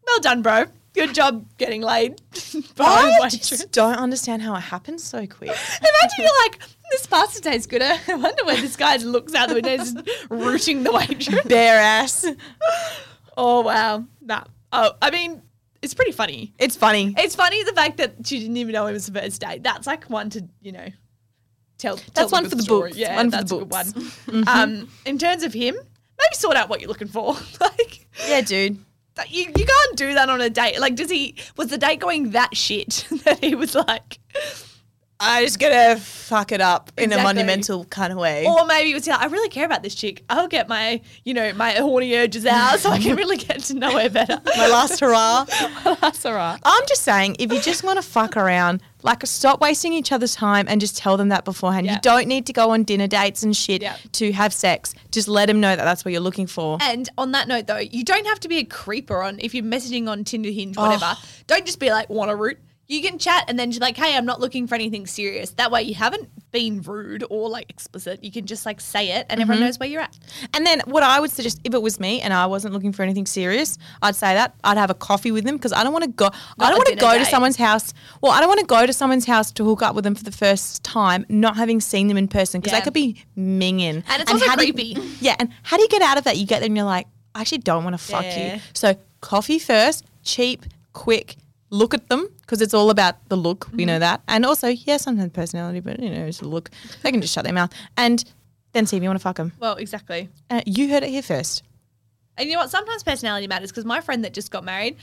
well done, bro. Good job getting laid. by a
I
waitress.
just don't understand how it happens so quick.
Imagine you're like, this pasta tastes good. I wonder where this guy looks out the window, just rooting the waitress.
Bare ass.
Oh wow, that. Oh, I mean, it's pretty funny.
It's funny.
It's funny the fact that she didn't even know it was the first date. That's like one to you know, tell. tell
one
good
for the
story.
books.
Yeah,
One for the
that's a good one.
books. Mm-hmm.
Um, in terms of him, maybe sort out what you're looking for. like,
Yeah, dude.
that- you, you can't do that on a date. Like, does he was the date going that shit that he was like,
I just gotta fuck it up in
Exactly.
a monumental kind of way.
or maybe he was like, I really care about this chick. I'll get my you know my horny urges out so I can really get to know her better.
My last hurrah.
That's all right.
I'm just saying, if you just want to fuck around, like stop wasting each other's time and just tell them that beforehand.
Yeah.
You don't need to go on dinner dates and shit
Yeah.
to have sex. Just let them know that that's what you're looking for.
And on that note, though, you don't have to be a creeper on if you're messaging on Tinder, Hinge, whatever. Don't just be like, want a root. You can chat and then just like, hey, I'm not looking for anything serious. That way, you haven't been rude or like explicit. You can just like say it, and everyone knows where you're at.
And then what I would suggest, if it was me and I wasn't looking for anything serious, I'd say that I'd have a coffee with them because I don't want to go. I
a
don't want to
dinner
go to
date.
someone's house. Well, I don't want to go to someone's house to hook up with them for the first time, not having seen them in person because
Yeah.
I could be minging.
And it's also
how do you-
creepy.
yeah, and how do you get out of that? You get there and you're like, I actually don't want to fuck
Yeah.
you. So coffee first, cheap, quick. Look at them because it's all about the look. We
Mm-hmm.
know that, and also yeah, sometimes personality, but you know, it's the look. They can just shut their mouth and then see if you want to fuck them.
Well, exactly.
Uh, you heard it here first.
And you know what? Sometimes personality matters because my friend that just got married,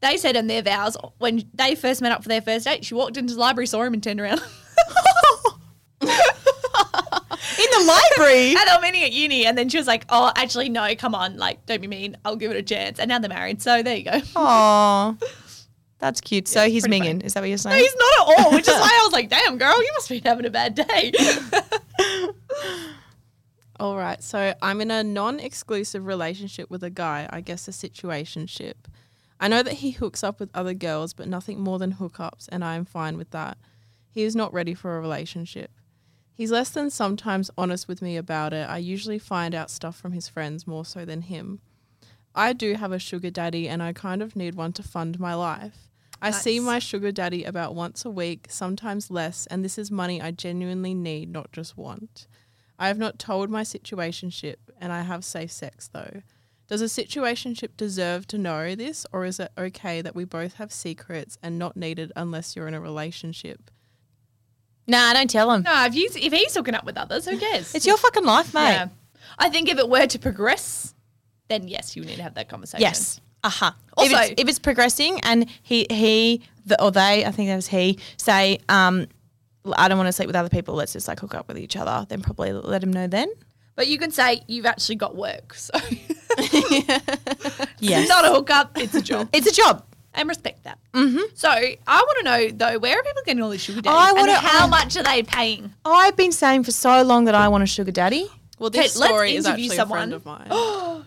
they said in their vows when they first met up for their first date, she walked into the library, saw him, and turned around.
In the library.
and I'm meeting at uni, and then she was like, "Oh, actually, no, come on, like, don't be mean. I'll give it a chance." And now they're married, so there you go.
Aw. That's cute. So he's
pretty
minging. Is that what you're saying?
He's not at all, which is why I was like, "Damn, girl, you must be having a bad day."
All right, so I'm in a non exclusive relationship with a guy, I guess a situationship. I know that he hooks up with other girls, but nothing more than hookups, and I'm fine with that. He is not ready for a relationship. He's less than sometimes honest with me about it. I usually find out stuff from his friends more so than him. I do have a sugar daddy and I kind of need one to fund my life. I see my sugar daddy about once a week, sometimes less, and this is money I genuinely need, not just want. I have not told my situationship and I have safe sex though. Does a situationship deserve to know this or is it okay that we both have secrets and not needed unless you're in a relationship?
Nah, don't tell him.
No, if, you, if he's hooking up with others, who cares?
It's your fucking life, mate.
Yeah. I think if it were to progress, then yes, you need to have that conversation.
Yes. Uh huh.
Also-
if, it's- if it's progressing and he he the, or they, I think that was he, say, um, "L- I don't want to sleep with other people. Let's just like hook up with each other. Then probably let him know then.
But you can say you've actually got work. So
Yes.
it's not a hookup, it's a job.
It's a job.
and respect that. Mm-hmm. So I want to know though, where are people getting all these sugar daddies?
I
and
wanna-
how
I-
much are they paying?
I've been saying for so long that I want a sugar daddy.
Well,
Okay,
this
let's
story is
interview
actually
someone.
a friend of mine.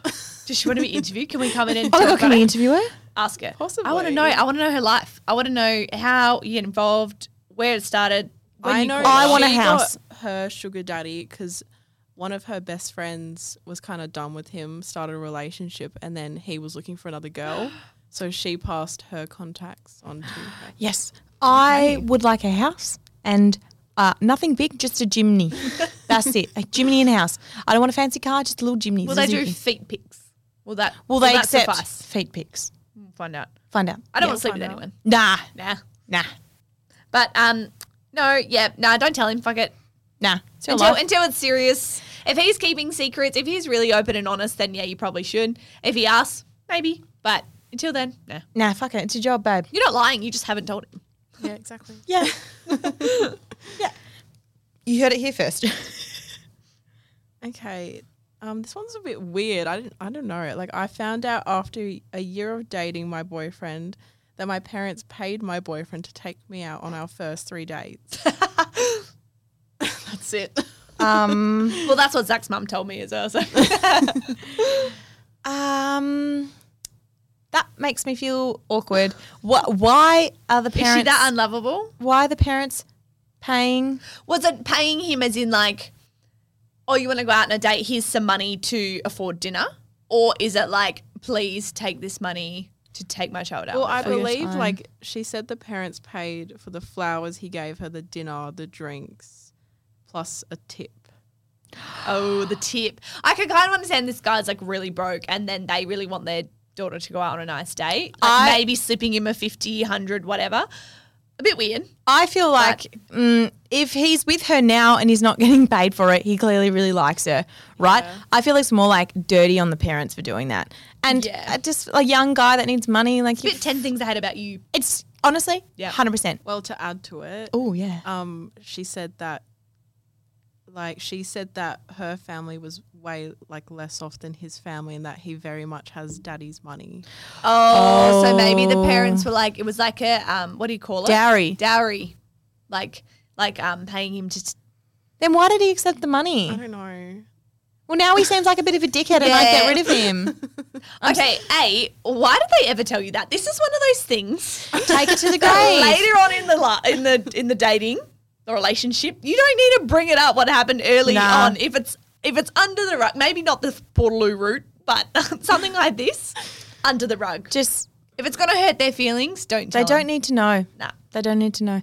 Does she want to be interviewed? Can we come in and
Oh my
talk
god, can
about
we
it?
interview her?
ask her? I want to
Possibly.
know. I want to know her life. I want to know how you get involved, where it started. when
I
you
know.
caught
I
it.
want a
she
house.
got her sugar daddy because one of her best friends was kind of done with him, started a relationship, and then he was looking for another girl. So she passed her contacts on to her.
Yes. I would like a house and uh, nothing big, just a chimney. That's it. A chimney and a house. I don't want a fancy car, just a little chimney.
Will they do
Suzuki.
feet pics? Will that?
Will they
that
accept
suffice?
feet pics?
We'll Find out.
Find out.
I don't
Yeah,
want to sleep
find
with
out.
anyone.
Nah,
Nah.
nah,
But um, no. Yeah. Nah. Don't tell him. Fuck it.
nah. It's your
Until,
life.
until it's serious. If he's keeping secrets, if he's really open and honest, then yeah, you probably should. If he asks, maybe. But until then, nah.
Nah, fuck it. It's your job, babe.
You're not lying. You just haven't told him.
Yeah, exactly.
Yeah. yeah. You heard it here first.
Okay. Um, this one's a bit weird. I didn't, I don't know. Like I found out after a year of dating my boyfriend that my parents paid my boyfriend to take me out on our first three dates. That's it.
um,
Well, that's what Zach's mum told me as well. So.
um, that makes me feel awkward. Wh- why are the
Is she
parents?
that unlovable?
why are the parents paying?
Was it paying him as in like, oh, you want to go out on a date? Here's some money to afford dinner, or is it like, please take this money to take my child out?
Well,
on a
I
first date?
believe
fine.
like she said the parents paid for the flowers he gave her, the dinner, the drinks, plus a tip.
oh, the tip. I could kind of understand this guy's like really broke, and then they really want their daughter to go out on a nice date. Like
I-
maybe slipping him a 50, 100, whatever. A bit weird.
I feel like mm, if he's with her now and he's not getting paid for it, he clearly really likes her, right? I feel it's more like dirty on the parents for doing that, and
Yeah.
uh, just a young guy that needs money, like
Bit ten things I hate about you.
it's honestly,
Yeah.
hundred percent.
Well, to add to it,
Oh yeah.
um, she said that like she said that her family was way like less off than his family and that he very much has daddy's money.
Oh, so maybe the parents were like, it was like a um, what do you call it?
Dowry.
Dowry, like like um, paying him to. T-
Then why did he accept the money?
I don't know.
Well, now he seems like a bit of a dickhead, and I
Yeah.
get rid of him.
okay, a why did they ever tell you that? This is one of those things
Take it to the
that
grave.
later on in the li- in the in the dating the relationship, you don't need to bring it up what happened early
Nah.
on if it's if it's under the rug. Maybe not the Portaloo route, but something like this under the rug.
Just
If it's gonna hurt their feelings, don't.
they
Tell
don't need to know.
Nah.
They don't need to know.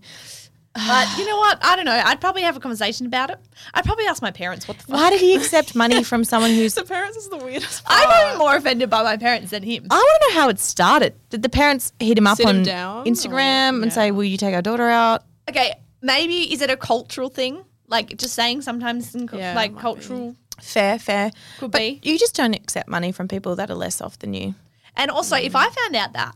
But you know what? I don't know. I'd probably have a conversation about it. I'd probably ask my parents what the fuck.
Why did he accept money from someone who's?
The parents is the weirdest part.
I'm
Oh.
probably more offended by my parents than him.
I want to know how it started. Did the parents hit him up
Sit him
on
down,
Instagram
or-
and say,
yeah.
"Will you take our daughter out?"
Okay, maybe is it a cultural thing? Like just saying sometimes, in, cul-
Yeah,
like
might
cultural
Fair, fair.
could
But
be.
you just don't accept money from people that are less off than you.
And also, if I found out that,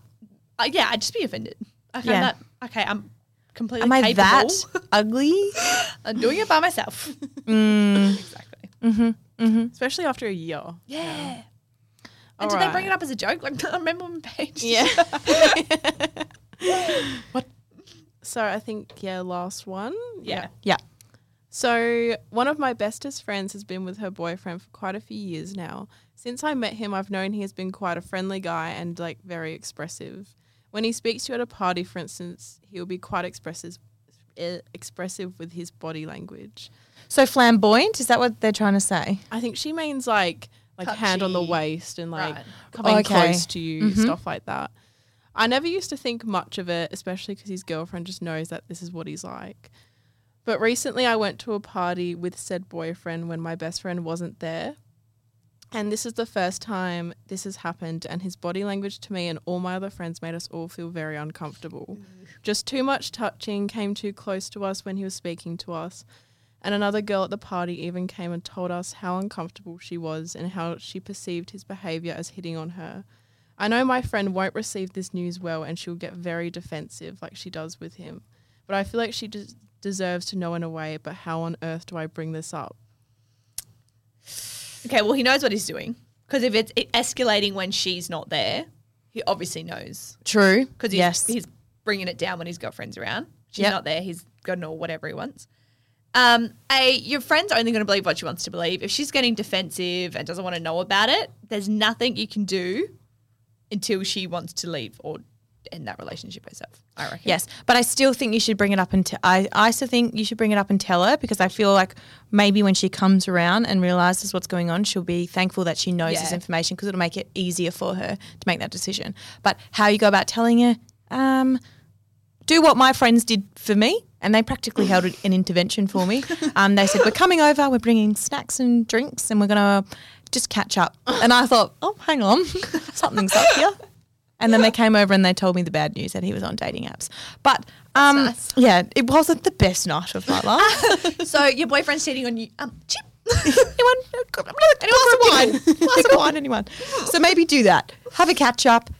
uh, yeah, I'd just be offended. I found
Yeah.
that okay. I'm completely
Am I
capable
that ugly?
of doing it by myself.
Mm.
exactly.
Especially after a year.
Yeah. And did they bring it up as a joke? Like I remember when Paige.
So I think yeah, last one.
Yeah.
Yeah.
So, one of my bestest friends has been with her boyfriend for quite a few years now. Since I met him, I've known he has been quite a friendly guy and like very expressive. When he speaks to you at a party, for instance, he'll be quite expressive, e- expressive with his body language.
So flamboyant, is that what they're trying to say?
I think she means like like hand on the
Touchy.
waist and like
Right.
coming
Okay.
close to you, stuff like that. I never used to think much of it, especially because his girlfriend just knows that this is what he's like. But recently, I went to a party with said boyfriend when my best friend wasn't there. And this is the first time this has happened, and his body language to me and all my other friends made us all feel very uncomfortable. Just too much touching, came too close to us when he was speaking to us. And another girl at the party even came and told us how uncomfortable she was and how she perceived his behavior as hitting on her. I know my friend won't receive this news well and she'll get very defensive, like she does with him. But I feel like she des- deserves to know in a way, but how on earth do I bring this up?
Okay, well, he knows what he's doing because if it's it escalating when she's not there, he obviously knows
True.
because he's,
yes.
he's bringing it down when his girlfriend's around. She's
Yep.
not there. He's gotten all whatever he wants. Um, a your friend's only going to believe what she wants to believe. If she's getting defensive and doesn't want to know about it, there's nothing you can do until she wants to leave or end that relationship herself. I reckon.
Yes, but I still think you should bring it up and t- I, I still think you should bring it up and tell her because I feel like maybe when she comes around and realizes what's going on, she'll be thankful that she knows this
Yeah.
information because it'll make it easier for her to make that decision. But how you go about telling her, um, do what my friends did for me, and they practically held it- an intervention for me. Um, they said, "We're coming over. We're bringing snacks and drinks, and we're gonna just catch up." And I thought, "Oh, hang on, something's up here." And then they came over and they told me the bad news that he was on dating apps. But um,
That's
yeah, it wasn't the best night of my life.
So your boyfriend's cheating on you. Um, chip.
anyone? Anyone? Glass of wine. glass of wine. Anyone? So maybe do that. Have a catch up.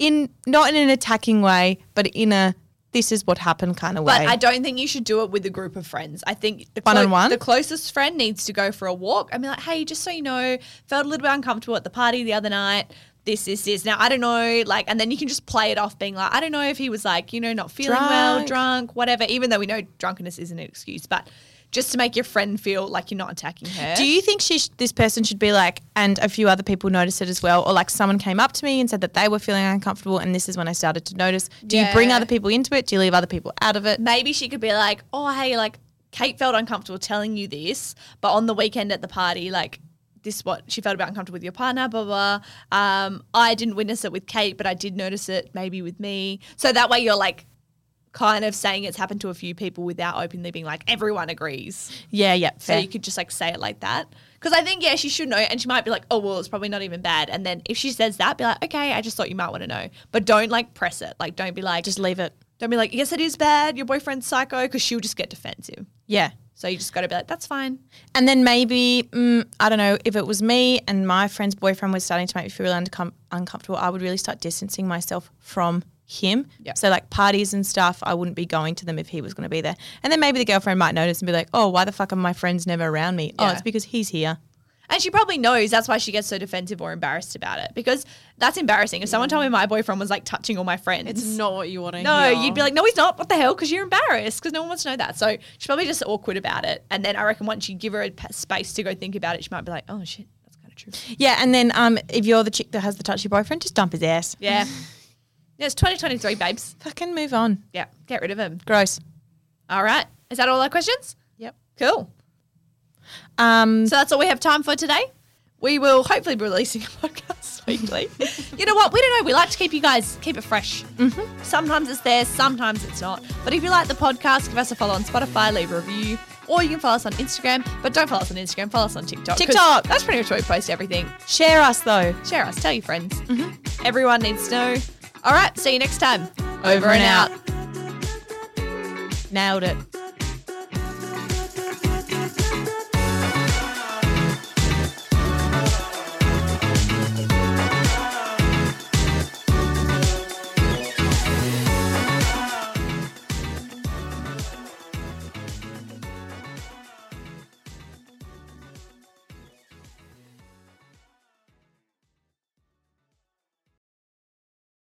In not in an attacking way, but in a this is what happened kind of way.
But I don't think you should do it with a group of friends. I think the,
One on one?
the closest friend needs to go for a walk. I mean, like, hey, just so you know, felt a little bit uncomfortable at the party the other night. This, this, this. Now, I don't know, like, and then you can just play it off being like, I don't know if he was like, you know, not feeling well,
Drunk.
drunk, whatever, even though we know drunkenness isn't an excuse. But just to make your friend feel like you're not attacking her.
Do you think she sh- this person should be like, and a few other people noticed it as well, or like someone came up to me and said that they were feeling uncomfortable, and this is when I started to notice? Do you bring
Yeah.
other people into it? Do you leave other people out of it?
maybe she could be like, oh, hey, like Kate felt uncomfortable telling you this, but on the weekend at the party, like this what she felt about uncomfortable with your partner, blah blah. blah. Um, I didn't witness it with Kate, but I did notice it maybe with me. So that way you're like kind of saying it's happened to a few people without openly being like everyone agrees.
Yeah, yeah,
So
fair.
you could just like say it like that. Because I think yeah, she should know, and she might be like, oh well, it's probably not even bad. And then if she says that, be like, okay, I just thought you might want to know, but don't like press it. Like don't be like
just leave it.
don't be like, yes, it is bad. Your boyfriend's psycho, because she'll just get defensive.
Yeah.
So you just got to be like, that's fine.
And then maybe, mm, I don't know, if it was me and my friend's boyfriend was starting to make me feel uncom- uncomfortable, I would really start distancing myself from him.
Yep.
So, like parties and stuff, I wouldn't be going to them if he was going to be there. And then maybe the girlfriend might notice and be like, oh, why the fuck are my friends never around me? Oh,
Yeah.
it's because he's here.
And she probably knows that's why she gets so defensive or embarrassed about it because that's embarrassing. If someone told me my boyfriend was like touching all my friends,
It's not what you want to
no,
hear.
you'd be like, no, he's not. What the hell? Because you're embarrassed because no one wants to know that. So she's probably just awkward about it. And then I reckon once you give her a p- space to go think about it, she might be like, oh shit, that's kind of true.
Yeah, and then um, if you're the chick that has the touchy boyfriend, just dump his ass.
Yeah. yeah, it's 2023, babes.
Fucking move on.
Yeah, get rid of him.
Gross.
All right. Is that all our questions?
Yep.
Cool.
Um,
So that's all we have time for today. We will hopefully be releasing a podcast weekly. you know what? We don't know. We like to keep you guys, keep it fresh. Mm-hmm. Sometimes it's there, sometimes it's not. But if you like the podcast, give us a follow on Spotify, leave a review, or you can follow us on Instagram. But don't follow us on Instagram, follow us on TikTok. 'cause
TikTok.
That's pretty much where we post everything.
share us though.
Share us, tell your friends. Everyone needs to know. All right, see you next time. Over,
and out. Nailed it.